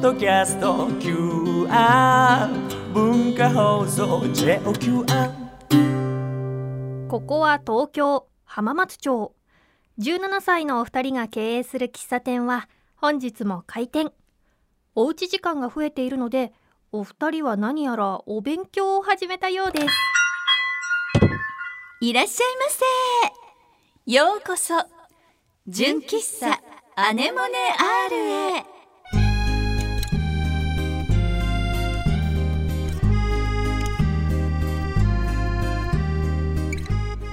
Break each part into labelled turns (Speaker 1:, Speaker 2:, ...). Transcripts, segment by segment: Speaker 1: ドキャスト QR 文化放送 JOQR
Speaker 2: ここは東京浜松町17歳のお二人が経営する喫茶店は本日も開店おうち時間が増えているのでお二人は何やらお勉強を始めたようです
Speaker 3: いらっしゃいませようこそ純喫茶アネモネ R へ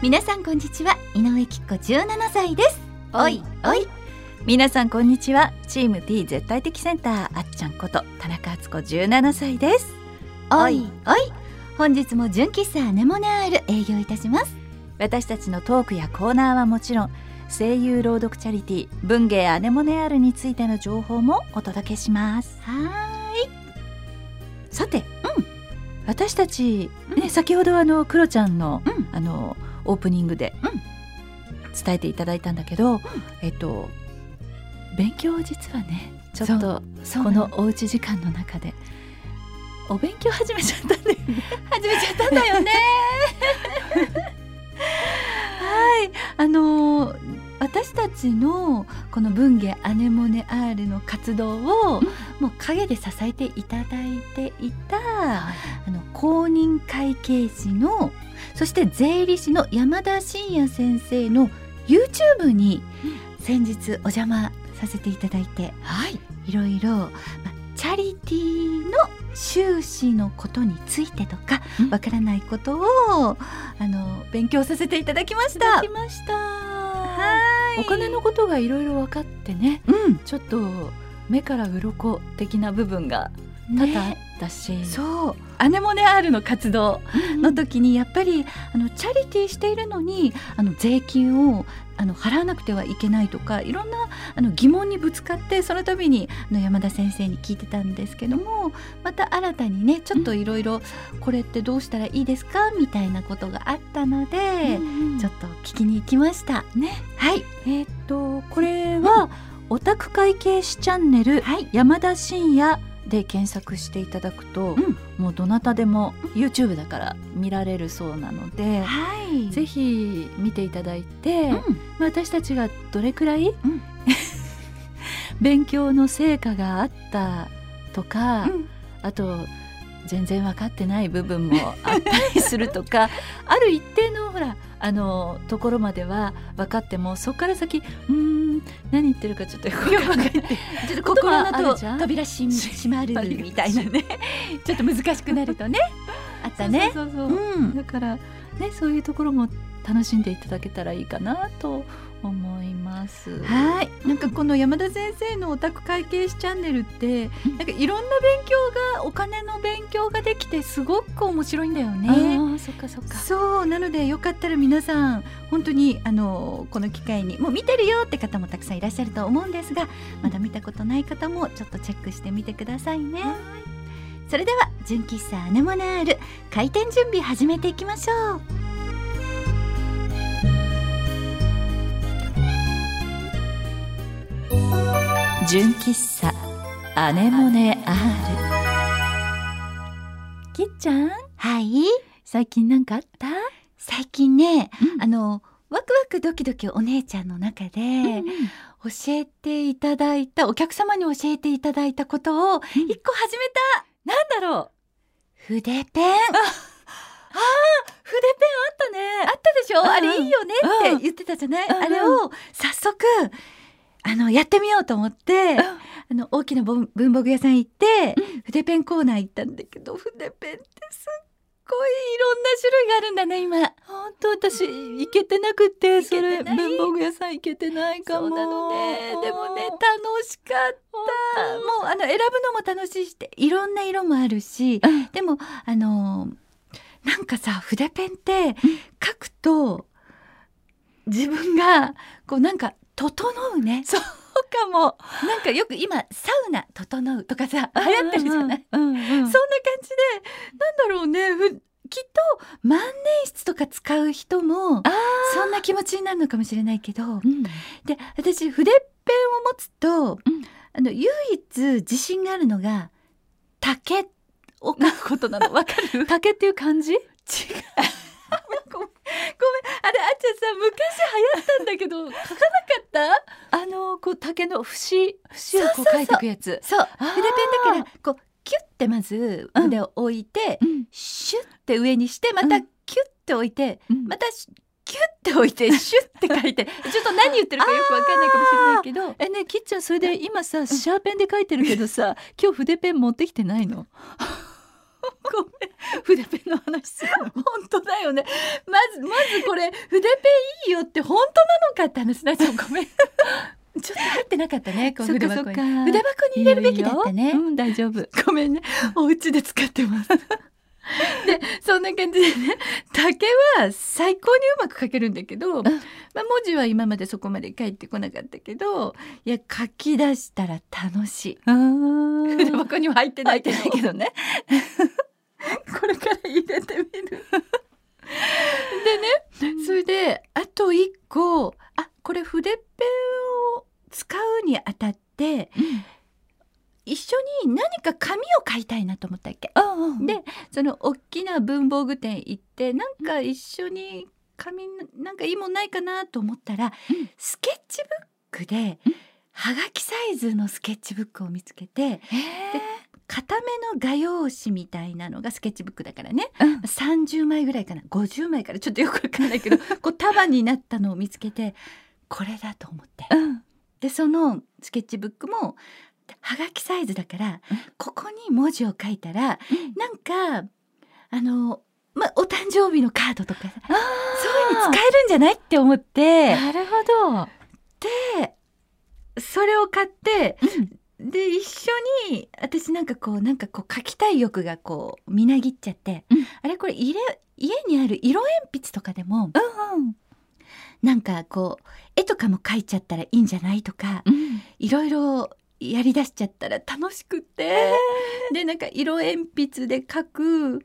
Speaker 3: 皆さんこんにちは井上きっ子17歳ですおいおい皆さんこんにちはチーム T 絶対的センターあっちゃんこと田中敦子17歳ですおいおい本日も純喫茶アネモネアール営業いたします私たちのトークやコーナーはもちろん声優朗読チャリティー文芸アネモネアールについての情報もお届けしますはーいさてうん私たち、ね先ほどあのクロちゃんの、あのオープニングで、伝えていただいたんだけど、えっと勉強を実はねちょっと
Speaker 4: そう
Speaker 3: こ
Speaker 4: なの
Speaker 3: のおうち時間の中でお勉強始めちゃっ たんだよね始めちゃったんだよねはいあのー私たちのこの文芸アネモネアールの活動をもう陰で支えていただいていた、あの公認会計士のそして税理士の山田真也先生の YouTube に先日お邪魔させていただいて、はい、いろいろ、まあ、チャリティーの収支のことについてとかわからないことをあの勉強させていただきました。
Speaker 4: きました
Speaker 3: はい
Speaker 4: お金のことがいろいろ分かってね
Speaker 3: うん
Speaker 4: ちょっと目から鱗的な部分が多々あったし、
Speaker 3: そう
Speaker 4: アネモネアールの活動の
Speaker 3: のと
Speaker 4: 時にやっぱりあのチャリティーしているのにあの税金をあの払わなくてはいけないとかいろんなあの疑問にぶつかってその度にあの山田先生に聞いてたんですけどもまた新たにねちょっといろいろこれってどうしたらいいですかみたいなことがあったので、ちょっと聞きに行きましたねはい
Speaker 3: えーっとこれ
Speaker 4: は
Speaker 3: はオタク会計士チャンネル
Speaker 4: はい
Speaker 3: 山田真也で検索していただくと、
Speaker 4: うん
Speaker 3: もうどなたでも YouTube だから見られるそうなので、
Speaker 4: はい
Speaker 3: ぜ
Speaker 4: ぜひ、
Speaker 3: ひ見ていただいて、まあ私たちがどれくらい、
Speaker 4: ん
Speaker 3: 勉強の成果があったとか、
Speaker 4: うん
Speaker 3: あと全然分かってない部分もあったりするとか ある一定のほらあのところまでは分かってもそこから先うーん何言ってるかちょっとよく分かんない
Speaker 4: ちょっと
Speaker 3: こと
Speaker 4: 心
Speaker 3: は
Speaker 4: の
Speaker 3: ある
Speaker 4: と
Speaker 3: じゃん
Speaker 4: 扉し 閉まるみたいなね ちょっと難しくなるとねあったね
Speaker 3: そうそうそうう、
Speaker 4: ん
Speaker 3: だからねそういうところも楽しんでいただけたらいいかなと思います。
Speaker 4: はいなんかこの山田先生のオタク会計士チャンネルってなんかいろんな勉強がお金の勉強ができてすごく面白いんだよ
Speaker 3: あ
Speaker 4: ね
Speaker 3: ーそっかそっか。
Speaker 4: そうなのでよかったら皆さん本当にあのこの機会にもう見てるよって方もたくさんいらっしゃると思うんですがまだ見たことない方もちょっとチェックしてみてくださいねそれでは純喫茶アネモナール開店準備始めていきましょう
Speaker 3: 純喫茶アネモネアール。きっちゃん
Speaker 4: はい
Speaker 3: 最近なんかあった？
Speaker 4: 最近ね、
Speaker 3: うん
Speaker 4: あのワクワクドキドキお姉ちゃんの中で、教えていただいたお客様に教えていただいたことを一個始めた、
Speaker 3: なんだろう。
Speaker 4: 筆ペン
Speaker 3: 筆ペンあ
Speaker 4: あったでしょ、
Speaker 3: うん
Speaker 4: あれいいよねっ
Speaker 3: うん
Speaker 4: て言ってたじゃない、
Speaker 3: うんうん
Speaker 4: あれを早速あのやってみようと思って、あの大きな文文房具屋さん行って、筆ペンコーナー行ったんだけど筆ペンってすっごいいろんな種類があるんだね今。
Speaker 3: 本当私行けてなくて
Speaker 4: 行
Speaker 3: そ
Speaker 4: けてな
Speaker 3: れ
Speaker 4: い
Speaker 3: 文房具屋さん行けてないかも。
Speaker 4: そうなのねでもね楽しかった
Speaker 3: 本
Speaker 4: もうあの選ぶのも楽しいしいろんな色もあるし、
Speaker 3: うん
Speaker 4: でもあのなんかさ筆ペンって書くと自分がこうなんか整うね
Speaker 3: そうかも。
Speaker 4: なんかよく今サウナ整うとかさ流行ってるじゃない、
Speaker 3: うんうんうん
Speaker 4: そんな感じでなんだろうねふきっと万年筆とか使う人もそんな気持ちになるのかもしれないけど
Speaker 3: うん
Speaker 4: で私筆ペンを持つと、
Speaker 3: うん
Speaker 4: あの唯一自信があるのが竹を書くことなのわかる
Speaker 3: 竹っていう感じ
Speaker 4: 違う。ごめん、ごめんあれ、あっちゃんさ、昔流行ったんだけど、書かなかっ
Speaker 3: あのこう竹の節節を
Speaker 4: そうそうそ
Speaker 3: こう
Speaker 4: う
Speaker 3: 書いていくやつ
Speaker 4: た。そう、
Speaker 3: あー
Speaker 4: 筆ペンだから、こう、キュッてまず、
Speaker 3: うん
Speaker 4: 腕を置いて、
Speaker 3: うん
Speaker 4: シュッて上にして、また
Speaker 3: う
Speaker 4: キュッて置いて、
Speaker 3: うん
Speaker 4: またシュ。キュッて置い て、シュッて書いて、ちょっと何言ってるかよくわかんないかもしれないけど。
Speaker 3: えねえきっちゃんそれで今さシャーペンで書いてるけどさ今日筆ペン持ってきてないの
Speaker 4: ご
Speaker 3: 筆ペンの話する
Speaker 4: 本
Speaker 3: の
Speaker 4: 当だよね。まず、まずこれ、筆ペンいいよって本当なのかって話だ。ちょっとごめん。ちょっと入ってなかったね、こう
Speaker 3: そっ
Speaker 4: 筆
Speaker 3: かそっ
Speaker 4: 箱
Speaker 3: か
Speaker 4: に。筆箱に入れるべきだった
Speaker 3: いいよいい
Speaker 4: ね
Speaker 3: よ。うん大丈夫
Speaker 4: ごめんね。お家で使って ます。で、そんな感じでね、竹は最高にうまく書けるんだけど、まあ文字は今までそこまで書いてこなかったけど、いや、書き出したら楽しい。
Speaker 3: あ
Speaker 4: 筆
Speaker 3: ー
Speaker 4: 箱には入ってないけど。
Speaker 3: 入ってないけどね
Speaker 4: これから入れてみる。でね、それで、あと一個、あ、これ筆ペンを使うにあたって、一緒に何か紙を買いたいなと思ったわけ。
Speaker 3: あー
Speaker 4: でその大きな文房具店行ってなんか一緒に紙なんかいいもんないかなと思ったら、
Speaker 3: うん
Speaker 4: スケッチブックで、
Speaker 3: うん
Speaker 4: はがきサイズのスケッチブックを見つけて
Speaker 3: へー
Speaker 4: 固めの画用紙みたいなのがスケッチブックだからね、
Speaker 3: うん
Speaker 4: 30枚ぐらいかな50枚からちょっとよくわかんないけ どこう束になったのを見つけてこれだと思って。
Speaker 3: うん
Speaker 4: でそのスケッチブックもはがきサイズだから、
Speaker 3: うん
Speaker 4: ここに文字を書いたら、なんかあの、まあ、お誕生日のカードとかさそういうのに使えるんじゃないって思って
Speaker 3: なるほ
Speaker 4: それを買って
Speaker 3: ど、うん
Speaker 4: で一緒に私なんかこうなんかこう書きたい欲がこうみなぎっちゃって、
Speaker 3: うん
Speaker 4: あれこれ入れ家にある色鉛筆とかでもなんかこう絵とかも描いちゃったらいいんじゃないとか、
Speaker 3: うん
Speaker 4: いろいろやりだしちゃったら楽しくて、でなんか色鉛筆で描く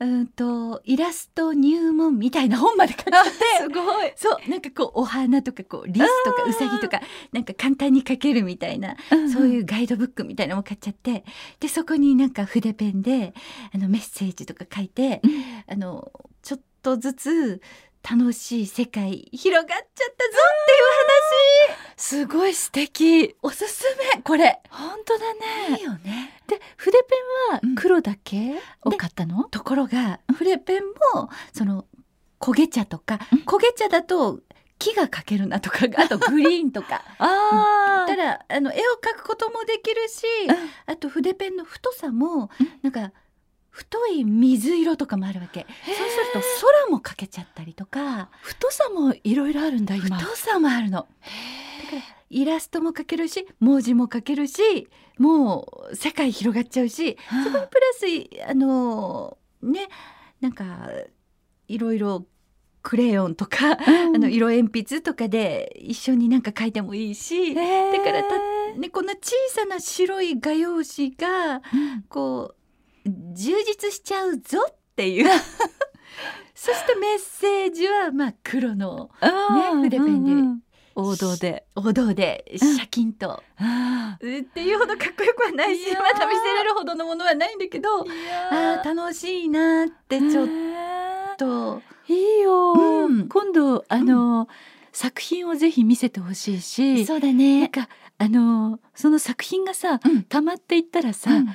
Speaker 4: うーんとイラスト入門みたいな本まで買っちゃって
Speaker 3: すごい、
Speaker 4: そうなんかこうお花とかこうリスとか
Speaker 3: うん
Speaker 4: ウサギとかなんか簡単に描けるみたいな、そういうガイドブックみたいなのも買っちゃってでそこになんか筆ペンであのメッセージとか書いて、
Speaker 3: うん
Speaker 4: あのちょっとずつ楽しい世界広がっちゃったぞ
Speaker 3: すごい素敵
Speaker 4: おすすめこれ
Speaker 3: 本当だね
Speaker 4: いいよね
Speaker 3: で筆ペンは
Speaker 4: うん
Speaker 3: 黒だけを
Speaker 4: で
Speaker 3: 買ったの、
Speaker 4: ところが筆ペンもその焦げ茶とか
Speaker 3: うん
Speaker 4: 焦げ茶だと木が描けるなとかあとグリーンとか
Speaker 3: あ
Speaker 4: ただあの絵を描くこともできるし
Speaker 3: うん
Speaker 4: あと筆ペンの太さも
Speaker 3: うん
Speaker 4: なんか太い水色とかもあるわけそうすると空も描けちゃったりとか
Speaker 3: 太さもいろいろあるんだ今
Speaker 4: 太さもあるのイラストも描けるし文字も描けるしもう世界広がっちゃうしそこにプラスあのねなんかいろいろクレヨンとか、あの色鉛筆とかで一緒になんか描いてもいいし、ね、
Speaker 3: だ
Speaker 4: だからたこんな小さな白い画用紙がこう充実しちゃうぞって いうそしてメッセージはまあ黒のね筆ペンで
Speaker 3: 王道で
Speaker 4: 王道でシャキンと、
Speaker 3: あ
Speaker 4: っていうほどかっこよくはない
Speaker 3: い
Speaker 4: し
Speaker 3: やー
Speaker 4: まだ見せれるほどのものはないんだけどあー楽しいなーってちょっと、
Speaker 3: いいよ、
Speaker 4: うん
Speaker 3: 今度あの、作品をぜひ見せてほしいし
Speaker 4: そうだ
Speaker 3: なん
Speaker 4: ね。
Speaker 3: かあのその作品がさ、
Speaker 4: うん
Speaker 3: 溜まっていったらさ、
Speaker 4: うん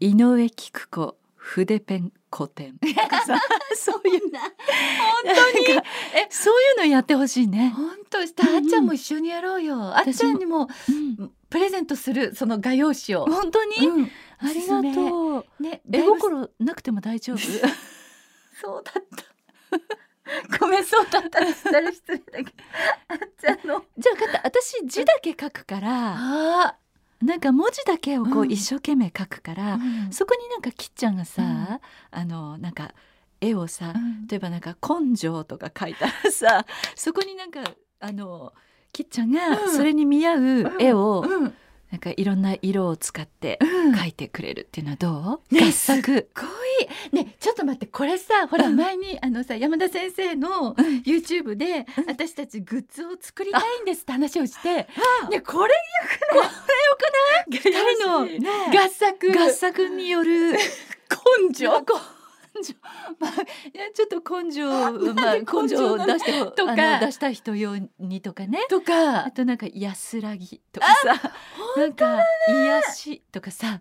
Speaker 3: 井上菊子筆ペン古典とかさそういう
Speaker 4: な
Speaker 3: なんか
Speaker 4: え
Speaker 3: そういうのやってほしいね。
Speaker 4: 本当したあっちゃんも一緒にやろうよ。あっちゃんにもプレゼントするその画用紙を。
Speaker 3: 本当に、
Speaker 4: うん
Speaker 3: ありがとう。
Speaker 4: ね
Speaker 3: 絵
Speaker 4: だいぶ
Speaker 3: 心なくても大 丈夫。
Speaker 4: そうだった。 ごめんそうだったって言ったら失礼だけど。 あっちゃんの。
Speaker 3: じゃあ分かった私字だけ書くから
Speaker 4: あ
Speaker 3: なんか文字だけをこ
Speaker 4: う
Speaker 3: うん一生懸命書くから、そこになんかきっちゃんがさ、あのなんか絵をさ、例えばなんか「根性」とか書いたら さそこになんかあのきっちゃんが
Speaker 4: うん
Speaker 3: それに見合う絵を、
Speaker 4: うん。
Speaker 3: なんかいろんな色を使って
Speaker 4: うん。
Speaker 3: 書いてくれるっていうのはどう、
Speaker 4: ね
Speaker 3: 合作
Speaker 4: すっごいねちょっと待ってこれさほら前にあのさ山田先生の YouTube で私たちグッズを作りたいんですって話をしてねこれよくないこれよくない二人の合作
Speaker 3: 合作によ る
Speaker 4: 根性
Speaker 3: 根性まあいやちょっと根性まあ
Speaker 4: なんで
Speaker 3: 根性
Speaker 4: 根性
Speaker 3: を
Speaker 4: なの
Speaker 3: 出して
Speaker 4: とか
Speaker 3: あの出したい人用にとかね
Speaker 4: とか
Speaker 3: あとなんか安らぎとかさ なんか癒しとかさ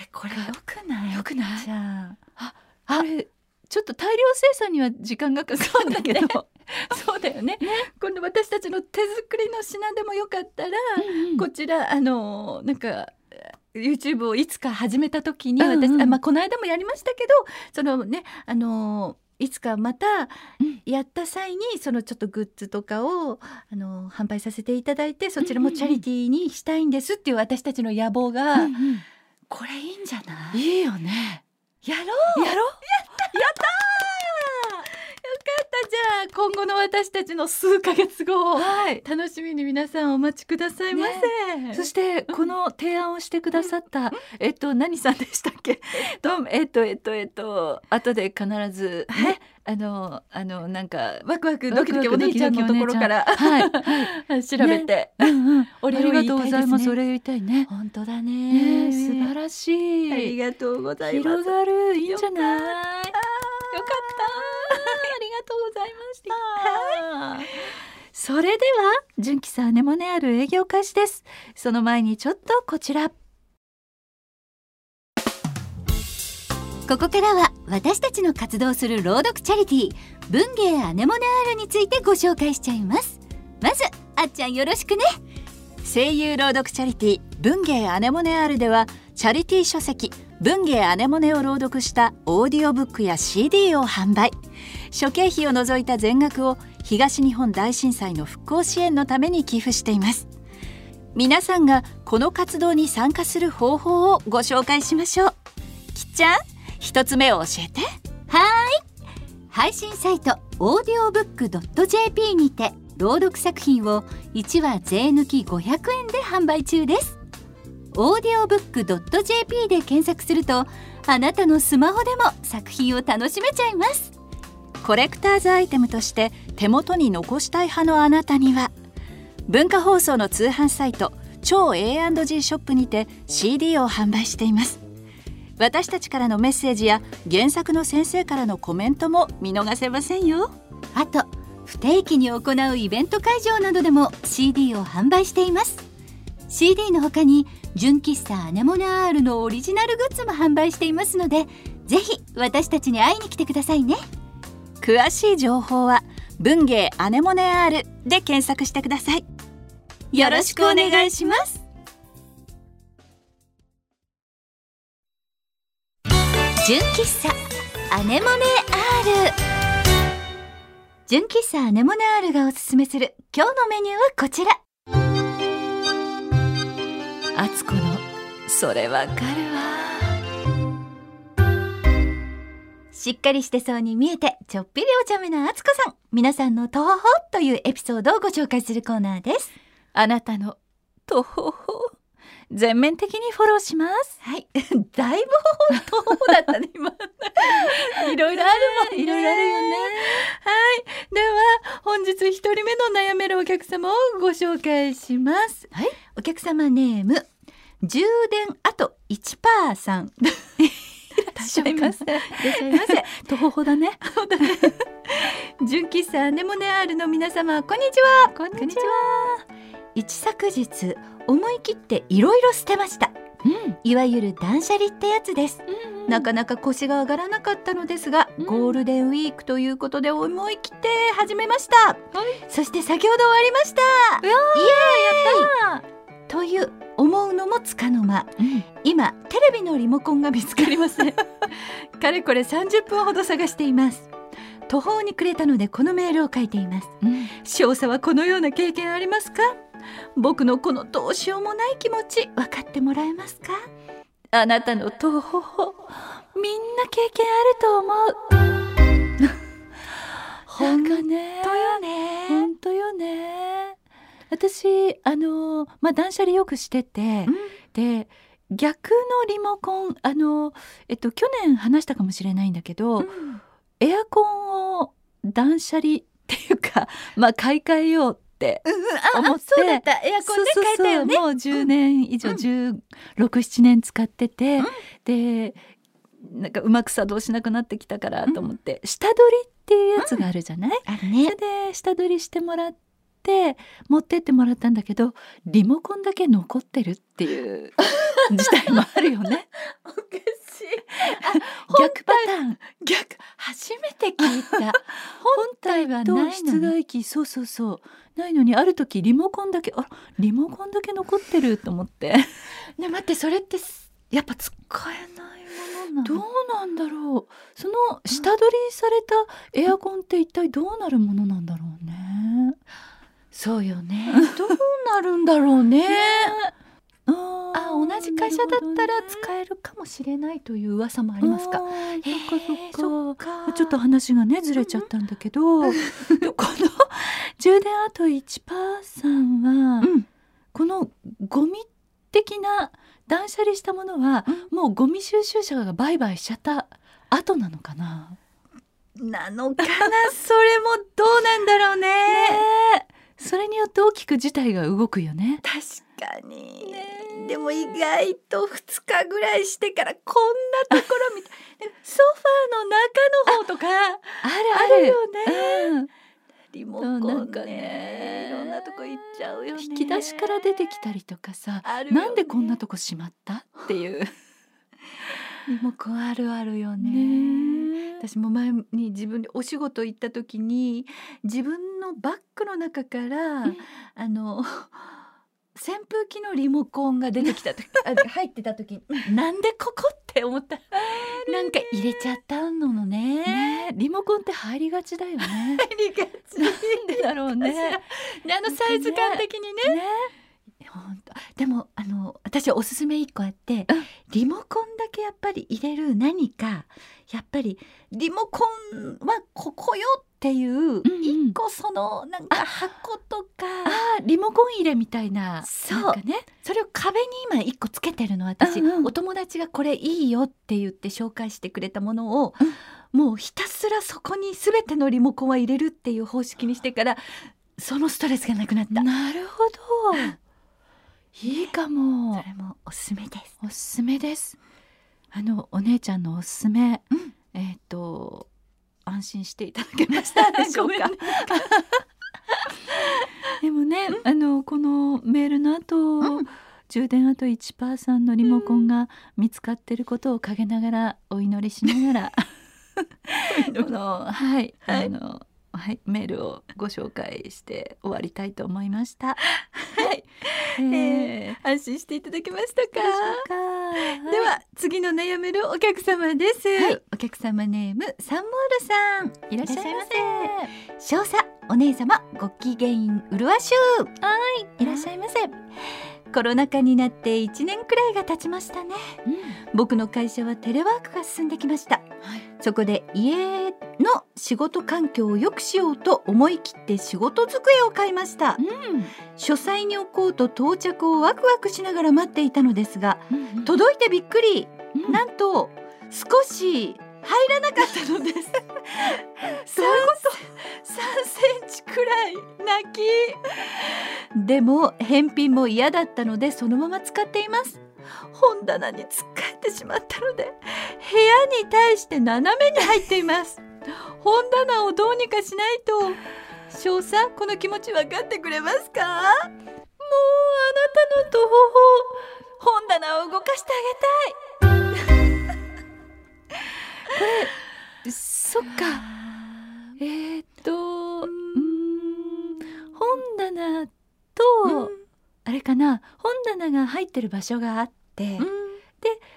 Speaker 4: えこれよくない
Speaker 3: よくない
Speaker 4: じゃあ
Speaker 3: あれちょっと大量生産には時間がかかるんだけど
Speaker 4: そうだよね今度私たちの手作りの品でもよかったら、
Speaker 3: こ
Speaker 4: こちらあのなんか YouTube をいつか始めた時に私、
Speaker 3: うんうん
Speaker 4: あまあ、この間もやりましたけどそのねあのいつかまた
Speaker 3: うん
Speaker 4: やった際にそのちょっとグッズとかをあの販売させていただいてそちらもチャリティーにしたいんですっていう私たちの野望が、これいいんじゃない
Speaker 3: いいよね
Speaker 4: やろう
Speaker 3: やろ
Speaker 4: よかったじゃあ今後の私たちの数ヶ月後を
Speaker 3: はい
Speaker 4: 楽しみに皆さんお待ちくださいませ、
Speaker 3: そしてこの提案をしてくださった、えっと何さんでしたっけ？どうもえっとえっとえっと後で必ずね、あのあのなんか
Speaker 4: ワクワクドキドキお姉ちゃんのところから
Speaker 3: はい、
Speaker 4: 調べて、
Speaker 3: うんうん、
Speaker 4: お
Speaker 3: あ
Speaker 4: 礼
Speaker 3: り
Speaker 4: を言
Speaker 3: が
Speaker 4: い
Speaker 3: とう
Speaker 4: た
Speaker 3: ご
Speaker 4: い
Speaker 3: ざ
Speaker 4: で
Speaker 3: い
Speaker 4: す
Speaker 3: ます。お
Speaker 4: ね
Speaker 3: 礼を言いたいね。
Speaker 4: 本当だ
Speaker 3: ね
Speaker 4: ね
Speaker 3: え素
Speaker 4: し
Speaker 3: 晴らし
Speaker 4: あり
Speaker 3: い。
Speaker 4: がとうございます
Speaker 3: 広がるいいんじゃない？よかった。
Speaker 4: ありがとうございました
Speaker 3: それでは純喜さんアネモネある営業開始ですその前にちょっとこちらここからは私たちの活動する朗読チャリティー文芸アネモネアールについてご紹介しちゃいますまずあっちゃんよろしくね声優朗読チャリティー文芸アネモネアールではチャリティー書籍文芸アネモネを朗読したオーディオブックや CD を販売諸経費を除いた全額を東日本大震災の復興支援のために寄付しています皆さんがこの活動に参加する方法をご紹介しましょうきっちゃん一つ目を教えて
Speaker 5: 配信サイトオーディオブックドット JP にて朗読作品を1話税抜き500円で販売中ですオーディオブックドット JP で検索するとあなたのスマホでも作品を楽しめちゃいます
Speaker 3: コレクターズアイテムとして手元に残したい派のあなたには文化放送の通販サイト超 A&G ショップにて CD を販売しています私たちからのメッセージや原作の先生からのコメントも見逃せませんよ
Speaker 5: あと不定期に行うイベント会場などでも CD を販売しています CD の他に純喫茶アネモネアールのオリジナルグッズも販売していますのでぜひ私たちに会いに来てくださいね
Speaker 3: 詳しい情報は文芸アネモネ R で検索してくださいよろしくお願いします
Speaker 5: 純喫茶アネモネアール純喫茶アネモネアールがおすすめする今日のメニューはこちら
Speaker 3: あつこのそれわかるわ
Speaker 5: しっかりしてそうに見えてちょっぴりお茶目なあつこさん皆さんのとほほというエピソードをご紹介するコーナーです
Speaker 3: あなたのとほほ全面的にフォローします
Speaker 5: はい
Speaker 4: だいぶほほとほほだったね今いろいろあるもんね
Speaker 3: いろいろあるよね
Speaker 4: はいでは本日一人目の悩めるお客様をご紹介します
Speaker 3: はい
Speaker 4: お客様ネーム充電あと1%さんいらっしゃいませいらっしゃいませ
Speaker 3: とほほだね
Speaker 4: 純喫茶アネモネアールの皆様こんにちはこん
Speaker 3: にち
Speaker 4: は一昨日思い切っていろいろ捨てましたいわゆる断捨離ってやつです、なかなか腰が上がらなかったのですが、ゴールデンウィークということで思い切って始めました、そして先ほど終わりましたイエーイという思うのもつかの間今テレビのリモコンが見つかりませ んかれこれ30分ほど探しています途方に暮れたのでこのメールを書いています少佐はこのような経験ありますか僕のこのどうしようもない気持ち分かってもらえますかあなたのとほほみんな経験あると思う ほんと
Speaker 3: ね
Speaker 4: よね
Speaker 3: 本当よね私あのまあ断捨離よくしてて、で逆のリモコンあの、えっと、去年話したかもしれないんだけど、エアコンを断捨離っていうか、 まあ、買い替えようって思って、
Speaker 5: そうだったエアコンね
Speaker 3: そうそうそう
Speaker 5: 変えたよね
Speaker 3: もう10年以上、16、7年使ってて、でなんかうまく作動しなくなってきたからと思って、下取りっていうやつがあるじゃない、
Speaker 5: ある
Speaker 3: そ
Speaker 5: ね
Speaker 3: れで下取りしてもらって持ってってもらったんだけどリモコンだけ残ってるっていう 事態もあるよね
Speaker 5: おか しい
Speaker 3: 逆パターン
Speaker 5: 逆初めて聞いた
Speaker 3: 本体は
Speaker 5: ない の
Speaker 3: と
Speaker 5: ね
Speaker 3: 室外機そうそうそうないのにある時リモコンだけあらリモコンだけ残ってると思って
Speaker 5: ね待ってそれってすやっぱ使えないものなの
Speaker 3: どうなんだろうその下取りされたエアコンって一体どうなるものなんだろうね
Speaker 5: そうよ ねどうなるんだろうね
Speaker 3: あ
Speaker 5: あ同じ会社だったら使えるかもしれないという噂もありますか
Speaker 3: あーそっかそっか
Speaker 5: へーそっか
Speaker 3: ちょっと話がねずれちゃったんだけど、この充電あと1%は、
Speaker 5: うん
Speaker 3: このゴミ的な断捨離したものは、もうゴミ収集車が売買しちゃった後なのかな
Speaker 5: なのかな それもどうなんだろうね
Speaker 3: ねえそれによって大きく事態が動くよね。
Speaker 5: 確かに、でも意外と2日ぐらいしてからこんなところみたいソファーの中の方とかあ
Speaker 3: ある
Speaker 5: るよね
Speaker 3: うん
Speaker 5: リモ
Speaker 3: そう
Speaker 5: コ
Speaker 3: な
Speaker 5: ン
Speaker 3: んか
Speaker 5: ね
Speaker 3: ね
Speaker 5: いろんなとこ行っちゃうよね
Speaker 3: 引き出しから出てきたりとかさ、
Speaker 5: あるよね
Speaker 3: なんでこんなとこしまったって いう。
Speaker 5: リモコンあるあるよね
Speaker 3: ね
Speaker 5: 私も前に自分でお仕事行った時に自分のバッグの中から、
Speaker 3: うん
Speaker 5: あの扇風機のリモコンが出てきた時あ入ってた時なんでここって思ったなんか入れちゃったののね
Speaker 3: ねリモコンって入りがちだよね。
Speaker 5: 入りがち
Speaker 3: なんでだろうね。 ね
Speaker 5: であのサイズ感的にね本当でもあの私はおすすめ一個あって、
Speaker 3: うん
Speaker 5: リモコンだけやっぱり入れる何かやっぱりリモコンはここよっていう
Speaker 3: うん
Speaker 5: 一個そのなんか箱とか、
Speaker 3: あ、リモコン入れみたいな。
Speaker 5: そう
Speaker 3: なんかね。
Speaker 5: それを壁に今一個つけてるの私、
Speaker 3: うんうん
Speaker 5: お友達がこれいいよって言って紹介してくれたものを、もうひたすらそこに全てのリモコンは入れるっていう方式にしてからそのストレスがなくなった。
Speaker 3: なるほど。いいかも
Speaker 5: そ。れもおすすめです。
Speaker 3: おすすめです。あのお姉ちゃんのおすすめ、
Speaker 5: うん
Speaker 3: えっ、と安心していただけましたでしょう
Speaker 5: ごめん
Speaker 3: か。 でもね、あのこのメールの後、
Speaker 5: うん
Speaker 3: 充電あと1%パーさんのリモコンが見つかってることを陰ながらお祈りしな がら、このはい、
Speaker 5: はい
Speaker 3: あのはいメールをご紹介して終わりたいと思いました。
Speaker 5: はい、
Speaker 3: えー
Speaker 5: 安心していただけましたか
Speaker 3: どうでしょうかはい
Speaker 5: では次の悩めるお客様です、
Speaker 3: はい
Speaker 5: お客様ネームサンモールさん
Speaker 3: いらっしゃいませ。
Speaker 5: 少佐お姉様ご機嫌うるわしゅうはいいらっしゃいませコロナ禍になって1年くらいが経ちましたね僕の会社はテレワークが進んできました、そこで家の仕事環境を良くしようと思い切って仕事机を買いました、
Speaker 3: ん
Speaker 5: 書斎に置こうと到着をワクワクしながら待っていたのですが
Speaker 3: うん
Speaker 5: 届いてびっくり、
Speaker 3: うん
Speaker 5: なんと少し入らなかっ たのですそういうこと3センチくらい泣きでも返品も嫌だったのでそのまま使っています本棚に突っかえてしまったので部屋に対して斜めに入っています本棚をどうにかしないと翔さんこの気持ち分かってくれますかもうあなたの途方法本棚を動かして
Speaker 3: そっか。
Speaker 5: あげたい
Speaker 3: えーっと、うーん、本棚と、あれかな、本棚が入ってる場所があって、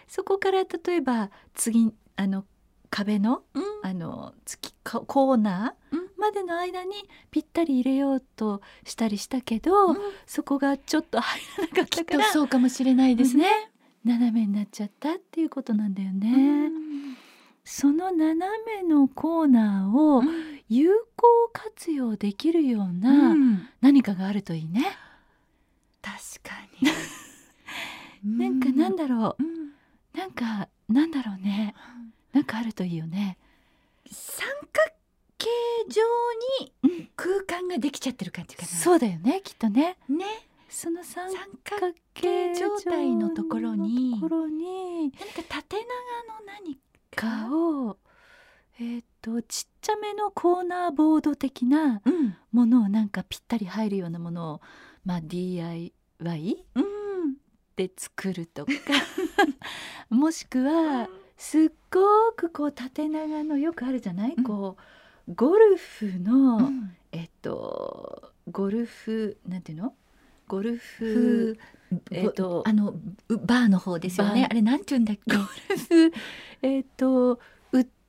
Speaker 3: そこから例えば次あの壁の、
Speaker 5: うん
Speaker 3: あの月かコーナー
Speaker 5: うん
Speaker 3: までの間にぴったり入れようとしたりしたけど、
Speaker 5: うん
Speaker 3: そこがちょっと入らなかったから、
Speaker 5: そうかもしれないですね。
Speaker 3: 斜めになっちゃったっていうことなんだよね。その斜めのコーナーを有効活用できるような何かがあるといいね。
Speaker 5: 確かに
Speaker 3: なんかなんだろ
Speaker 5: う
Speaker 3: う、
Speaker 5: ん
Speaker 3: なんかなんだろうね、なんかあるといいよね。
Speaker 5: 三角形状に空間ができちゃってる感じかな。
Speaker 3: そうだよね、きっとね。
Speaker 5: うね。
Speaker 3: その三
Speaker 5: 三角
Speaker 3: 角形状態のところに、
Speaker 5: ところに
Speaker 3: なんか縦
Speaker 5: あの何
Speaker 3: 長をえーっとちっちゃめのコーナーボード的な
Speaker 5: うん
Speaker 3: ものをなんかぴったり入るようなものをまあ DIY
Speaker 5: うん
Speaker 3: で作るとか もしくはすっごくこう縦長のよくあるじゃない、
Speaker 5: うん
Speaker 3: こうゴルフの、
Speaker 5: うん
Speaker 3: えっとゴルフなんていうのゴル
Speaker 5: ふ
Speaker 3: フえっと
Speaker 5: あのうバーの方ですよね
Speaker 3: バー
Speaker 5: あれなんていうんだっけ
Speaker 3: えっとう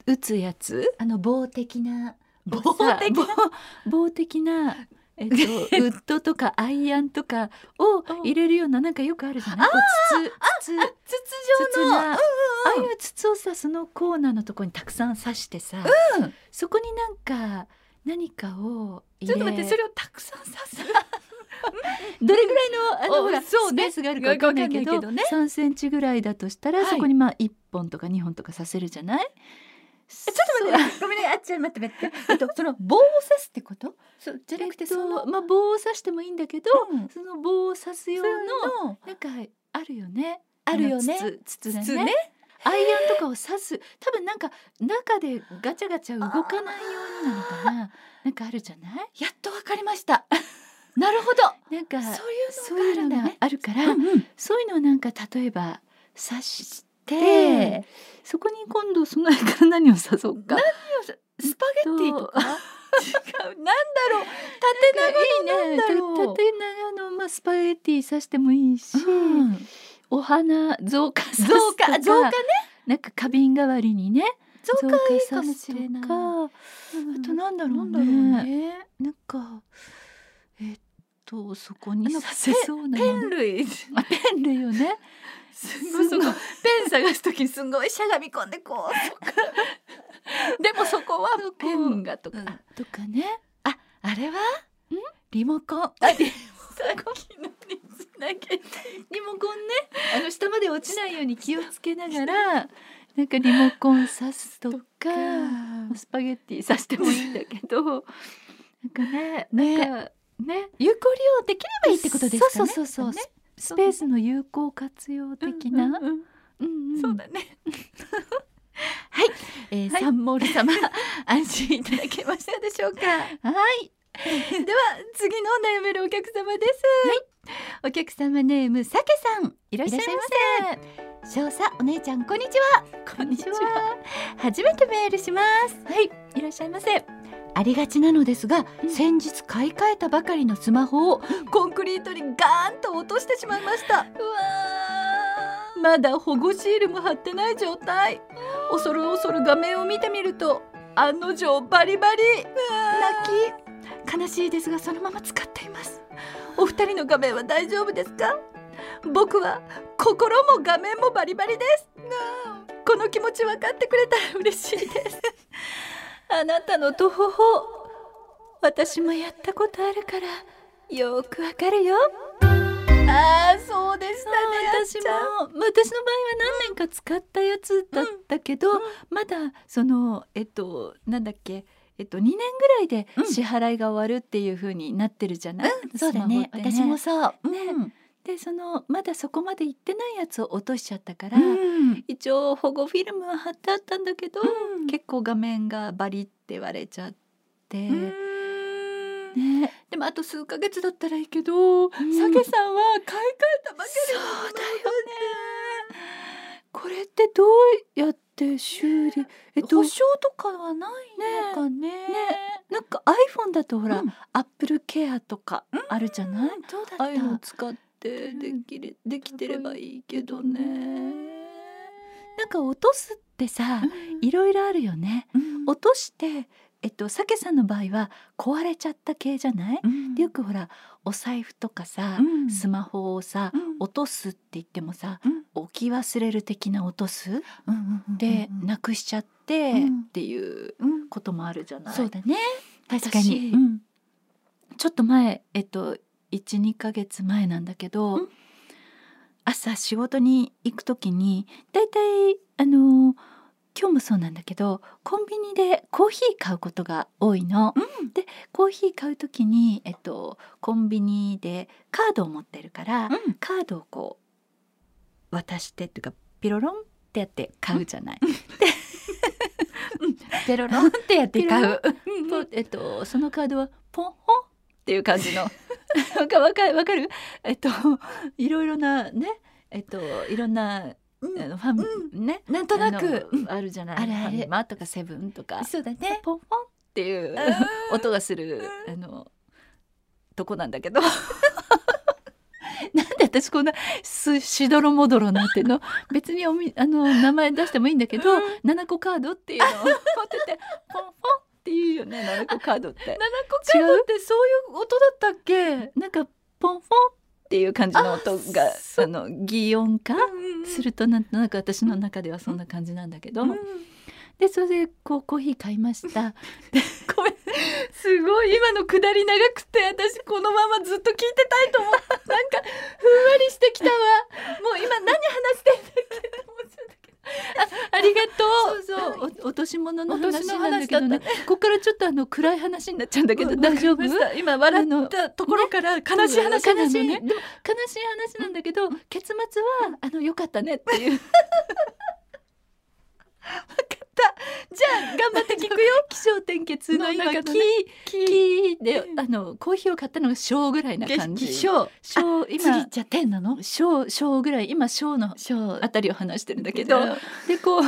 Speaker 3: 打つやつ
Speaker 5: あの棒的な
Speaker 3: 棒
Speaker 5: さ
Speaker 3: 的な棒的な、えっ と、ウッドとかアイアンとかを入れるようななんかよくあるじゃないこう筒筒
Speaker 5: 筒
Speaker 3: 筒が、ああいう筒をさそのコーナーのとこにたくさん刺してさ、
Speaker 5: うん
Speaker 3: そこになんか何かを入れ
Speaker 5: ちょっと待ってそれをたくさん刺す
Speaker 3: どれぐらいのあの
Speaker 5: お
Speaker 3: ほら
Speaker 5: そうね
Speaker 3: スペースがあるかわかんないけ
Speaker 5: わ
Speaker 3: ど
Speaker 5: かんない
Speaker 3: 3センチぐらいだとしたら、
Speaker 5: はい
Speaker 3: そこにまあ1本とか2本とか刺せるじゃないちょっ
Speaker 5: ちょっと待ってごめんねあっちゃん待って待ってえっとその棒を刺すってことそうじゃなくて
Speaker 3: えっと
Speaker 5: その
Speaker 3: まあ、棒を刺してもいいんだけど、
Speaker 5: うん
Speaker 3: その棒を刺す用
Speaker 5: そうい
Speaker 3: の
Speaker 5: うの
Speaker 3: なんかあるよね
Speaker 5: あるよね
Speaker 3: あの筒筒が
Speaker 5: 筒
Speaker 3: ね
Speaker 5: ね
Speaker 3: アイアンとかを刺す多分なんか中でガチャガチャ動かないようになのかななんかあるじゃない
Speaker 5: やっとわかり ましたなるほど
Speaker 3: なんか
Speaker 5: そ
Speaker 3: そうう
Speaker 5: い
Speaker 3: いうう
Speaker 5: のがあるん
Speaker 3: のが
Speaker 5: だね
Speaker 3: あるから、そういうのをなんか例えば刺して
Speaker 5: で
Speaker 3: そこに今度その間から何を刺そうか
Speaker 5: スパゲッティとか
Speaker 3: えっ
Speaker 5: 違うなんだろう
Speaker 3: いい
Speaker 5: なん
Speaker 3: ね
Speaker 5: だろう
Speaker 3: た縦長の、まあ、スパゲッティ刺してもいいし、
Speaker 5: 縦長の
Speaker 3: お花造花刺すと
Speaker 5: 造
Speaker 3: か
Speaker 5: 花造花ね
Speaker 3: なんか花瓶代わりにね
Speaker 5: 造花いいかも
Speaker 3: 刺
Speaker 5: し
Speaker 3: す
Speaker 5: れない
Speaker 3: とかあとなんだろうね
Speaker 5: なんだろう
Speaker 3: なんかえっとそこに
Speaker 5: あの
Speaker 3: 刺せそうな
Speaker 5: ペ
Speaker 3: もの
Speaker 5: ン類
Speaker 3: あペン類よね
Speaker 5: すごいそこペン探すときすごいしゃがみ込んでこうでもそこはペンがとか、
Speaker 3: うんとかね
Speaker 5: あれはリモコンさっきのにつなげて
Speaker 3: リモコンねあの下まで落ちないように気をつけなが らなんかリモコン刺すとかスパゲッティ刺してもいいんだけどなんかね
Speaker 5: ね
Speaker 3: なんかね
Speaker 5: 有効利用できればいいってことですかね
Speaker 3: そうそうそうそう
Speaker 5: ね
Speaker 3: スペースの有効活用的な、
Speaker 5: うんうんうん
Speaker 3: うんうん
Speaker 5: そうだねはい、えー
Speaker 3: はい
Speaker 5: サンモール様安心いただけましたでしょうか
Speaker 3: はい では次の悩めるお客様です
Speaker 5: お客様ネームさけさんいらっしゃいませ少佐お姉ちゃんこんにちはこんにちは初めてメールしますはい
Speaker 3: いらっしゃいませ
Speaker 5: ありがちなのですが、
Speaker 3: うん
Speaker 5: 先日買い替えたばかりのスマホをコンクリートにガーンと落としてしまいましたまだ保護シールも貼ってない状態恐る恐る画面を見てみると案の定バリバリ泣き悲しいですがそのまま使っていますお二人の画面は大丈夫ですか僕は心も画面もバリバリですこの気持ち分かってくれたら嬉しいですあなたのトホホ私もやったことあるからよーくわかるよああそうでしたね
Speaker 3: 私も
Speaker 5: あっ
Speaker 3: 私の場合は何年か使ったやつだったけど、まだそのえっとなんだっけえっと2年ぐらいで
Speaker 5: うん
Speaker 3: 支払いが終わるっていう風になってるじゃない、
Speaker 5: ちゃんそうだね
Speaker 3: スマホって
Speaker 5: 私もそう、
Speaker 3: ねでそのまだそこまで行ってないやつを落としちゃったから、
Speaker 5: うん、
Speaker 3: 一応保護フィルムは貼ってあったんだけど、
Speaker 5: うん
Speaker 3: 結構画面がバリって割れちゃって、
Speaker 5: ね
Speaker 3: ね
Speaker 5: でもあと数ヶ月だったらいいけど、さ
Speaker 3: ん
Speaker 5: けさんは買い替えたばかり
Speaker 3: そうだよねこれってどうやって修理えっと
Speaker 5: 保
Speaker 3: ね
Speaker 5: 証とかはないのかね
Speaker 3: なんか iPhone だとほら、
Speaker 5: うん
Speaker 3: アップルケアとかあるじゃない、
Speaker 5: どうだった
Speaker 3: ああいうのを使って
Speaker 5: うん
Speaker 3: できれできてればいいけどねなんか落とすってさいろいろあるよね落としてえっとさけさんの場合は壊れちゃった系じゃない、
Speaker 5: うん
Speaker 3: でよくほらお財布とかさ、
Speaker 5: うん
Speaker 3: スマホをさ、
Speaker 5: うん
Speaker 3: 落とすって言ってもさ、
Speaker 5: うん
Speaker 3: 置き忘れる的な落とす
Speaker 5: うんうんうん
Speaker 3: で、
Speaker 5: うん
Speaker 3: なくしちゃってっ
Speaker 5: うん
Speaker 3: ていう
Speaker 5: うん
Speaker 3: こともあるじゃない、
Speaker 5: そうだね確か
Speaker 3: 私
Speaker 5: に、うん
Speaker 3: ちょっと前えっと12ヶ月前なんだけど、
Speaker 5: うん
Speaker 3: 朝仕事に行く時にだいたいあの今日もそうなんだけどコンビニでコーヒー買うことが多いの。でコーヒー買う時に、えっと、コンビニでカードを持ってるから、
Speaker 4: うん
Speaker 3: カードをこう渡してっていうかピロロンってやって買うじゃない。
Speaker 4: ペロ
Speaker 3: ロンってやって
Speaker 4: ピロ
Speaker 3: 買
Speaker 4: ロ
Speaker 3: う。とえっとそのカードはポンホンっていう感じの なんかわかるわかるえっといろいろなねえっといろんな、あのファミ、ね
Speaker 4: なんとなく
Speaker 3: あのあるじゃない
Speaker 4: あるある
Speaker 3: ファミマとかセブンとか
Speaker 4: そうだね
Speaker 3: ポンポンっていう音がするあのとこなんだけど なんで私こんなすしどろもどろになってん の別におみあの名前出してもいいんだけど、7個カードっていうのを持っててポンポンっていうよね7個カードって。
Speaker 4: 七個カードってそういう音だったっけ
Speaker 3: なんかポンポンっていう感じの音があの擬音化するとなんとなく私の中ではそんな感じなんだけど、でそれでこうコーヒー買いました
Speaker 4: ごめんすごい今のくだり長くて私このままずっと聞いてたいと思うなんかふんわりしてきた わもう今何話してんだっけって思っちゃったけど
Speaker 3: ありがとうそうそうお落とし物の話なんだ
Speaker 4: 落
Speaker 3: けど
Speaker 4: としの話だ
Speaker 3: ねここからちょっとあの暗い話になっちゃうんだけど大丈夫
Speaker 4: 今
Speaker 3: 笑
Speaker 4: 笑
Speaker 3: っ
Speaker 4: ったところから悲しい話
Speaker 3: そ
Speaker 4: な
Speaker 3: う
Speaker 4: の
Speaker 3: 悲しい
Speaker 4: ね
Speaker 3: でも悲しい話なんだけど結末はあの良かったねって いう
Speaker 4: じゃあ頑張って聞くよ
Speaker 3: 気象転結の今
Speaker 4: の中
Speaker 3: キ
Speaker 4: の
Speaker 3: ー
Speaker 4: ね
Speaker 3: キーであのコーヒーを買ったのが小ぐらいな感じ
Speaker 4: 象
Speaker 3: 小今
Speaker 4: 次じゃあ天なの
Speaker 3: 小小ぐらい今小の
Speaker 4: 象
Speaker 3: あたりを話してるんだけ
Speaker 4: け
Speaker 3: ど
Speaker 4: ど
Speaker 3: でこう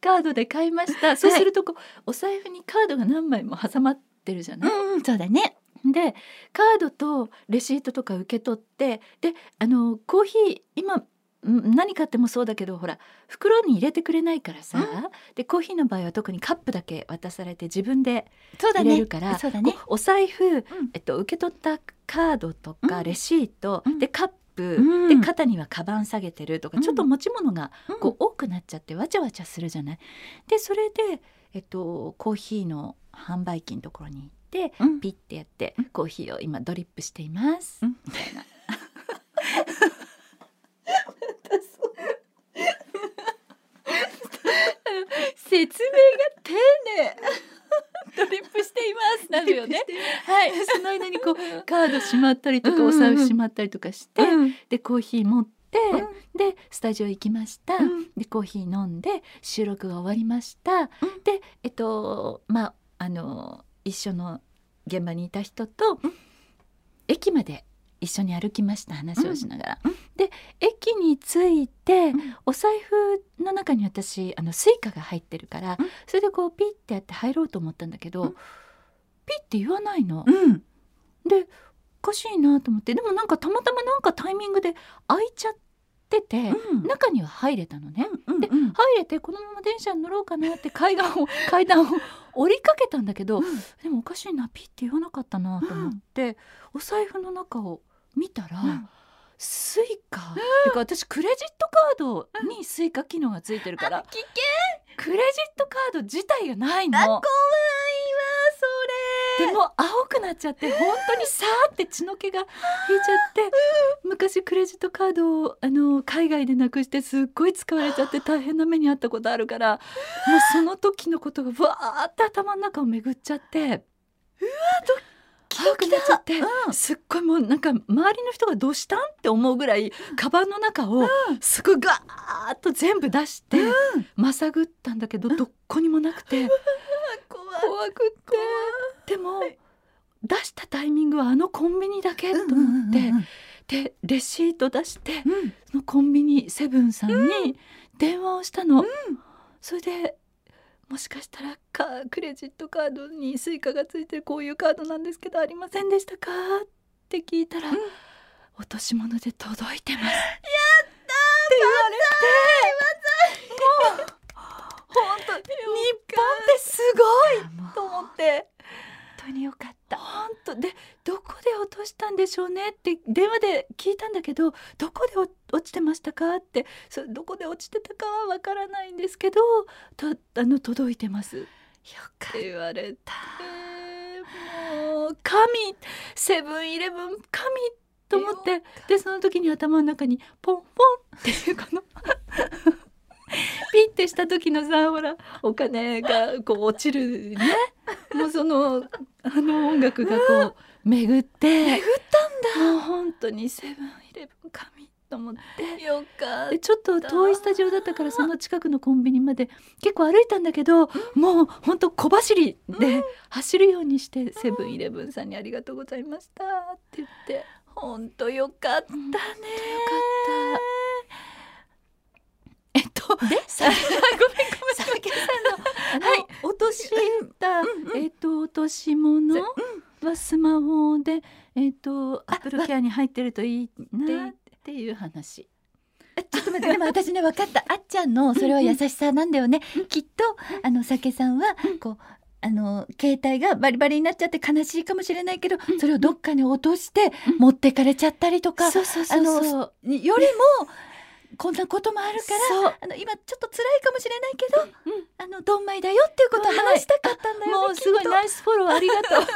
Speaker 3: カードで買いましたそうするとこう、お財布にカードが何枚も挟まってるじゃない、
Speaker 4: うんそうだね
Speaker 3: でカードとレシートとか受け取ってであのコーヒー今ん何買ってもそうだけどほら袋に入れてくれないからさ、でコーヒーの場合は特にカップだけ渡されて自分で
Speaker 4: そうだ
Speaker 3: 入れ
Speaker 4: ね
Speaker 3: るから、
Speaker 4: そうだね
Speaker 3: こうお財布、えっと、受け取ったカードと
Speaker 4: う
Speaker 3: か
Speaker 4: ん
Speaker 3: レシート、
Speaker 4: うん
Speaker 3: でカップ、
Speaker 4: うん
Speaker 3: で肩にはカバン下げてるとか、
Speaker 4: うん
Speaker 3: ちょっと持ち物が
Speaker 4: うん
Speaker 3: こう多くなっちゃってわちゃわちゃするじゃない。でそれで、えっと、コーヒーの販売機のところに行って、
Speaker 4: うん
Speaker 3: ピッてやって、コーヒーを今ドリップしています、
Speaker 4: うん
Speaker 3: みたいな。説明が丁寧ドリップしていますなるよねはいその間に こうカードしまったりと
Speaker 4: うん
Speaker 3: か
Speaker 4: うん
Speaker 3: お
Speaker 4: うん
Speaker 3: 財布しまったりとかして、
Speaker 4: うん
Speaker 3: でコーヒー持って、でスタジオ行きました、
Speaker 4: うん
Speaker 3: でコーヒー飲んで収録が終わりました、でえっとまああの一緒の現場にいた人と、駅まで一緒に歩きました話をしながら、
Speaker 4: うんうん
Speaker 3: で駅に着いて、
Speaker 4: ん
Speaker 3: お財布の中に私あのスイカが入ってるから、
Speaker 4: うん
Speaker 3: それでこうピッてやって入ろうと思ったんだけど、
Speaker 4: うん
Speaker 3: ピッて言わないの。
Speaker 4: うん
Speaker 3: でおかしいなと思ってでもなんかたまたまなんかタイミングで開いちゃってて、中には入れたのね。
Speaker 4: うん
Speaker 3: で入れてこのまま電車に乗ろうかなって階段を階段を降りかけたんだけど、でもおかしいなピッて言わなかったなと思って、お財布の中を見たら、
Speaker 4: うん
Speaker 3: スイカ、てか私クレジットカードにスイカ機能がついてるから、
Speaker 4: 危険
Speaker 3: クレジットカード自体がないの。怖いわそれ。でも青くなっちゃって本当にさーって血の気が引いちゃって昔クレジットカードをあの海外でなくしてすっごい使われちゃって大変な目に遭ったことあるからもうその時のことがわーって頭の中を巡っちゃってうわ青くなっちゃって、すっごいもうなんか周りの人がどうしたんって思うぐらいカバンの中をすごいガーッと全部出して、まさぐったんだけどどっこにもなくて
Speaker 4: 怖
Speaker 3: 怖くってでも出したタイミングはあのコンビニだけと
Speaker 4: と思
Speaker 3: 思
Speaker 4: っ、
Speaker 3: ってて、
Speaker 4: うん
Speaker 3: でレシート出してそのコンビニセブンさんに電話をしたの、それでもしかしたらかクレジットカードにスイカがついてるこういうカードなんですけどありませんでしたかって聞いたら、落とし物で届いてますやったって言われてもう本当日本ってすごいと思って
Speaker 4: 本当によかった
Speaker 3: 本当でどこで落としたんでしょうねって電話で聞いたんだけどどこでお落ちてましたかってそどこで落ちてたかはわからないんですけどとあの届いてますよか言われたもう神セブンイレブン神と思ってでその時に頭の中にポンポンっていうこの ピッてした時のさほらお金がこう落ちるねもう そのあの音楽がこう巡って巡ったんだもう本当にセブンイレブン神と思って
Speaker 4: よかっ
Speaker 3: でちょっと遠いスタジオだったからその近くのコンビニまで結構歩いたんだけどもう本当小走りで走るようにしてセブンイレブンさんにありがとうございましたって言って
Speaker 4: 本当よかったね
Speaker 3: えっとで
Speaker 4: さけさんの
Speaker 3: は
Speaker 4: はいい落とし
Speaker 3: だえっと落とし物
Speaker 4: ぜ
Speaker 3: はスマホでえっとアップルケアに入ってるといいな
Speaker 4: わ
Speaker 3: っていう話
Speaker 5: ちょっと待ってでも私ね分かったあっちゃんのそれは優しさなんだよねきっとあの酒さんはこうあの携帯がバリバリになっちゃって悲しいかもしれないけどそれをどっかに落として
Speaker 3: ん
Speaker 5: 持ってかれちゃったりとか
Speaker 3: そうそう
Speaker 5: そうそう
Speaker 3: そう
Speaker 5: よりもこんなこともあるから
Speaker 3: そう
Speaker 5: あの今ちょっと辛いかもしれないけど、あのどんまいだよっていうことを話したかったんだよね。
Speaker 3: もうすごい
Speaker 5: きっと
Speaker 3: ナイスフォローあり がとう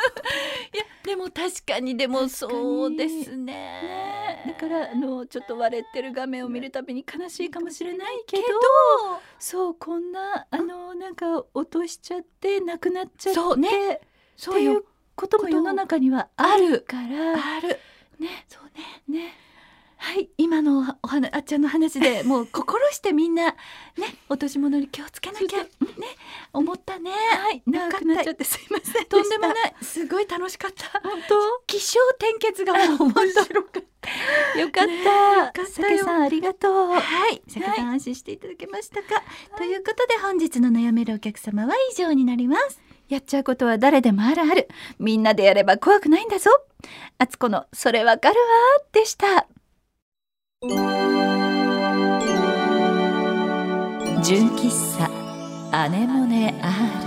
Speaker 5: でも確かにでもそうですね。
Speaker 3: だからあのちょっと割れてる画面を見るたびに悲しいかもしれないけどそうこんなあのなんか落としちゃってなくなっちゃって
Speaker 5: そうね
Speaker 3: そういうことも世の中にはあるから
Speaker 5: ある
Speaker 3: ね
Speaker 5: そう
Speaker 3: ねね
Speaker 5: はい今のお話あっちゃんの話でもう心してみんなね落とし物に気をつけなきゃね思ったね。はい
Speaker 3: なくなっちゃってすいません
Speaker 5: とんでもないいすごい楽しかった。
Speaker 3: 本当
Speaker 5: 気象転結がもう面白かっ
Speaker 3: よか
Speaker 5: ね
Speaker 3: った。
Speaker 5: よ
Speaker 3: さけさんありがとう。
Speaker 5: た。はい、さけさん安心していただけましたか。ということで本日の悩めるお客様は以上になります。
Speaker 3: やっちゃうことは誰でもあるある。みんなでやれば怖くないんだぞ。あつこのそれわかるわでした。
Speaker 5: 純喫茶アネモネ R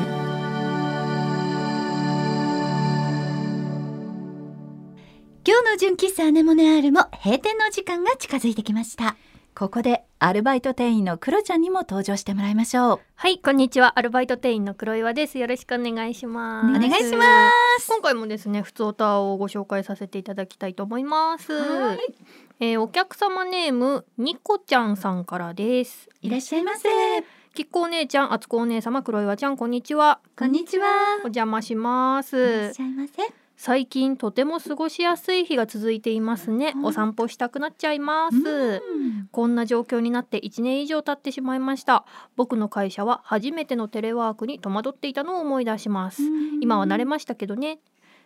Speaker 4: 今日の純喫茶アネモネアールも閉店の時間が近づいてきました
Speaker 5: ここでアルバイト店員のクロちゃんにも登場してもらいましょう
Speaker 2: はいこんにちはアルバイト店員の黒岩ですよろしくお願いします
Speaker 5: お願いします
Speaker 2: 今回もですね普通オタをご紹介させていただきたいと思いますえーお客様ネームニコちゃんさんからです
Speaker 5: いらっしゃいませ
Speaker 2: きっこお姉ちゃんあつこお姉様黒岩ちゃんこんにちは
Speaker 5: こんにち
Speaker 2: お
Speaker 5: は
Speaker 2: 邪魔しま
Speaker 5: いら
Speaker 2: す
Speaker 5: っしゃいませ
Speaker 2: 最近とても過ごしやすい日が続いていますねお散歩したくなっちゃいます、こんな状況になって1年以上経ってしまいました僕の会社は初めてのテレワークに戸惑っていたのを思い出します今は慣れましたけどね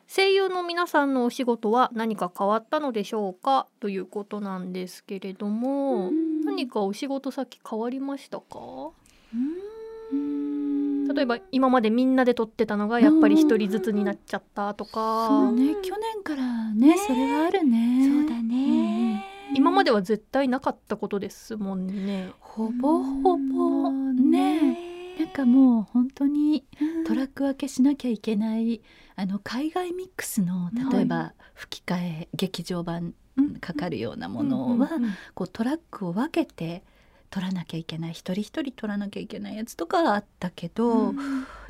Speaker 2: 声優の皆さんのお仕事は何か変わったのでしょうかということなんですけれども何かお仕事先変わりましたか例えば今までみんなで撮ってたのがやっぱり一人ずつになっちゃったとか、
Speaker 3: そうね、去年からね、それはあるね。
Speaker 5: そうだね、
Speaker 2: 今までは絶対なかったことですもんね。
Speaker 3: ほぼほぼね。
Speaker 5: ね
Speaker 3: なんかもう本当にトラック分けしなきゃいけないあの海外ミックスの例えば吹き替え劇場版かかるようなものは
Speaker 2: うんうんうん
Speaker 3: こうトラックを分けて取らなきゃいけない一人一人取らなきゃいけないやつとかはあったけど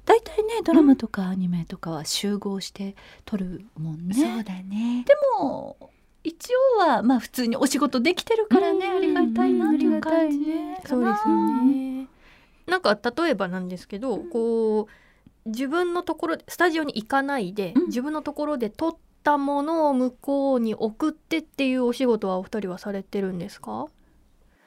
Speaker 3: 大体、ねドラマとかアニメとかは集合して取るもんね。
Speaker 5: そうだね
Speaker 3: でも一応はまあ普通にお仕事できてるからね、
Speaker 2: うん
Speaker 3: ありがたいなっていう感じ、
Speaker 2: そうですよね。なんか例えばなんですけど、こう自分のところスタジオに行かないで、
Speaker 3: うん
Speaker 2: 自分のところで撮ったものを向こうに送ってっていうお仕事はお二人はされてるんですか？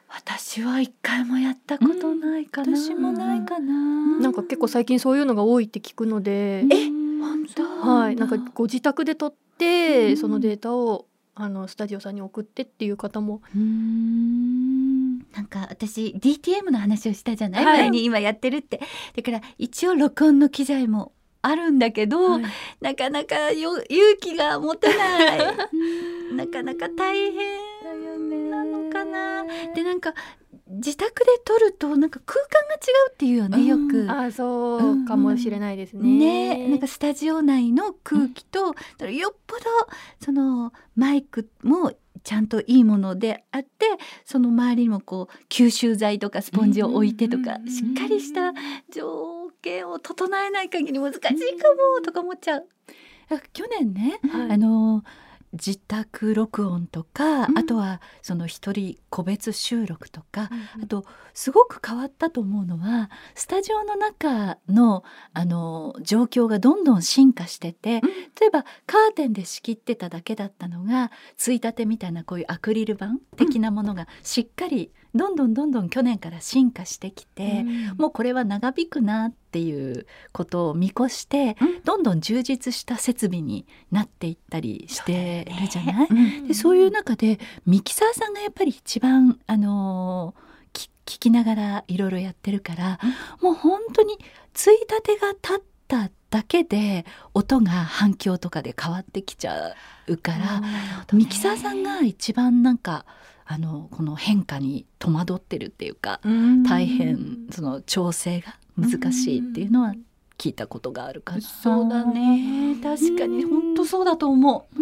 Speaker 3: 私は一回もやったことないかな、
Speaker 5: 私もないかな、
Speaker 2: なんか結構最近そういうのが多いって聞くので、
Speaker 3: え
Speaker 5: 本当
Speaker 2: はい、なんかご自宅で撮って、そのデータをあのスタジオさんに送ってっていう方も
Speaker 3: うーん
Speaker 5: なんか私 DTM の話をしたじゃない、
Speaker 2: はい
Speaker 5: 前に今やってるってだから一応録音の機材もあるんだけ
Speaker 2: は
Speaker 5: ど、
Speaker 2: い
Speaker 5: なかなかよ勇気が持てないなかなか大変なのかなでなんか自宅で撮るとなんか空間が違うっていうよねよく。
Speaker 2: あーそうかもしれないですね。
Speaker 5: ね、なんかスタジオ内の空気と、それよっぽどそのマイクもちゃんといいものであってその周りにもこう吸収剤とかスポンジを置いてとか、
Speaker 3: うん
Speaker 5: しっかりした条件を整えない限り難しいかもとか思っちゃう。
Speaker 3: あ去年ね、
Speaker 2: はい
Speaker 3: あの自宅録音とか、
Speaker 4: うん
Speaker 3: あとはその一人個別収録とか、
Speaker 4: うん
Speaker 3: あとすごく変わったと思うのはスタジオの中のあの状況がどんどん進化してて、
Speaker 4: うん
Speaker 3: 例えばカーテンで仕切ってただけだったのがついたてみたいなこういうアクリル板的なものがしっかりどんどんどんどん去年から進化してきて、もうこれは長引くなっていうことを見越して、
Speaker 4: うん
Speaker 3: どんどん充実した設備になっていったりしてるじゃない
Speaker 4: うん
Speaker 3: でそういう中でミキサーさんがやっぱり一番、あのーき聞きながらいろいろやってるから、もう本当についたてが立っただけで音が反響とかで変わってきちゃうから、ミキサーさんが一番なんかあのこの変化に戸惑ってるっていうか、大変その調整が難しいっていうのは聞いたことがあるから、
Speaker 4: そうだね確かに本当
Speaker 3: そうだと思う、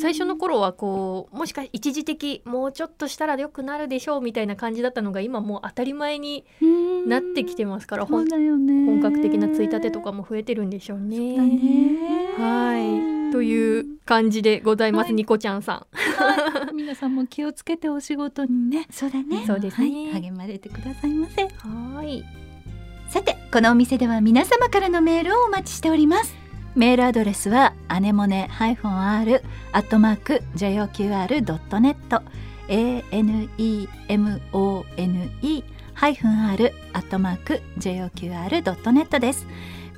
Speaker 2: 最初の頃はこうもしかし一時的もうちょっとしたら良くなるでしょうみたいな感じだったのが今もう当たり前になってきてますから、ほん
Speaker 3: そうだよね
Speaker 2: 本格的なついたてとかも増えてるんでしょうね。
Speaker 3: だね
Speaker 2: はいという感じでございます、
Speaker 3: はい
Speaker 2: ニコちゃんさ
Speaker 3: 皆さんも気をつけてお仕事にね
Speaker 4: そうだね
Speaker 2: そうですね
Speaker 3: はい、励まれてくださいませ
Speaker 2: ん。 はい
Speaker 4: さてこのお店では皆様からのメールをお待ちしております
Speaker 3: メールアドレスはアネモネ -r アットマーク JOQR.net anemone -r アットマーク JOQR.net です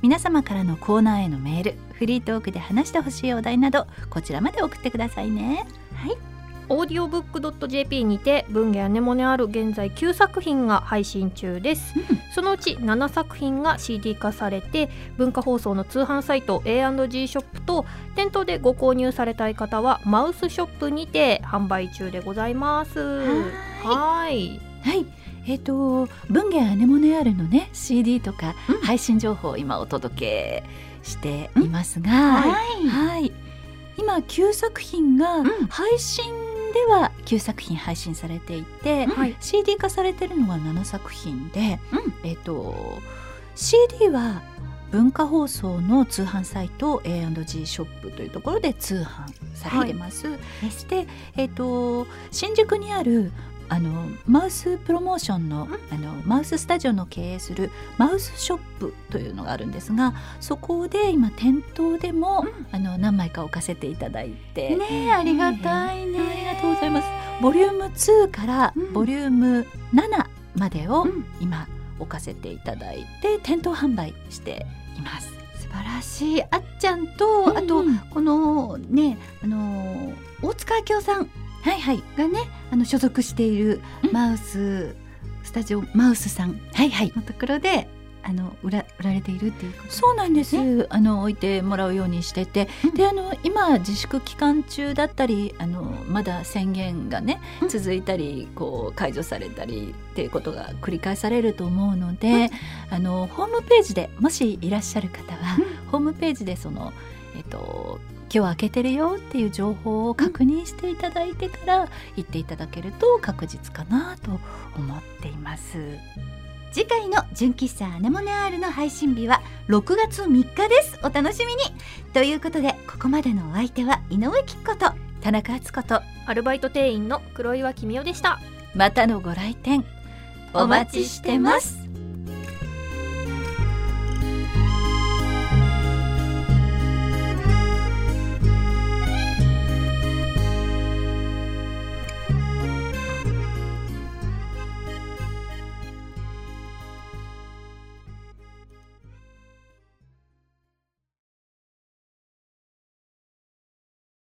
Speaker 3: 皆様からのコーナーへのメールフリートークで話してほしいお題などこちらまで送ってくださいね
Speaker 2: オーディオブックドット JP にて文芸アネモネある現在9作品が配信中です、そのうち7作品が CD 化されて文化放送の通販サイト A&G ショップと店頭でご購入されたい方はマウスショップにて販売中でございますはーい
Speaker 3: はいえっ、と文芸アネモネアルのね CD とか配信情報を今お届けしていますが、
Speaker 4: はい
Speaker 3: はい、今9作品が
Speaker 4: ん
Speaker 3: 配信では9作品配信されていて、
Speaker 4: はい
Speaker 3: CD 化されてるのが7作品で、
Speaker 4: うん
Speaker 3: えっと CD は文化放送の通販サイト A&G ショップというところで通販されてます。して、えっと新宿にあるあのマウスプロモーションの,、あのマウススタジオの経営するマウスショップというのがあるんですがそこで今店頭でも、あの何枚か置かせていただいて、
Speaker 4: ねえありがたいね
Speaker 3: ありがとうございますボリューム2から
Speaker 4: うん
Speaker 3: ボリューム7までを
Speaker 4: うん
Speaker 3: 今置かせていただいて店頭販売しています。
Speaker 4: 素晴らしいあっちゃんと、あ
Speaker 3: う
Speaker 4: と
Speaker 3: んうん
Speaker 4: このねあの大塚明夫さん
Speaker 3: はいはい
Speaker 4: がねあの所属している
Speaker 3: うん
Speaker 4: マウス、スタジオマウスさん
Speaker 3: はいはい
Speaker 4: のところであの売ら売られているっていうこと
Speaker 3: そうなんです、あの置いてもらうようにしてて、
Speaker 4: うん
Speaker 3: であの今自粛期間中だったりあのまだ宣言がね
Speaker 4: うん
Speaker 3: 続いたりこう解除されたりっていうことが繰り返されると思うので、あのホームページでもしいらっしゃる方は、ホームページでそのえっと今日開けてるよっていう情報を確認していただいてから行っていただけると確実かなと思っています。
Speaker 4: 次回の純喫茶アネモネアールの配信日は6月3日ですお楽しみにということでここまでのお相手は井上貴子と
Speaker 3: 田中敦子と
Speaker 2: アルバイト店員の黒岩君代でした
Speaker 3: またのご来店お待ちしてます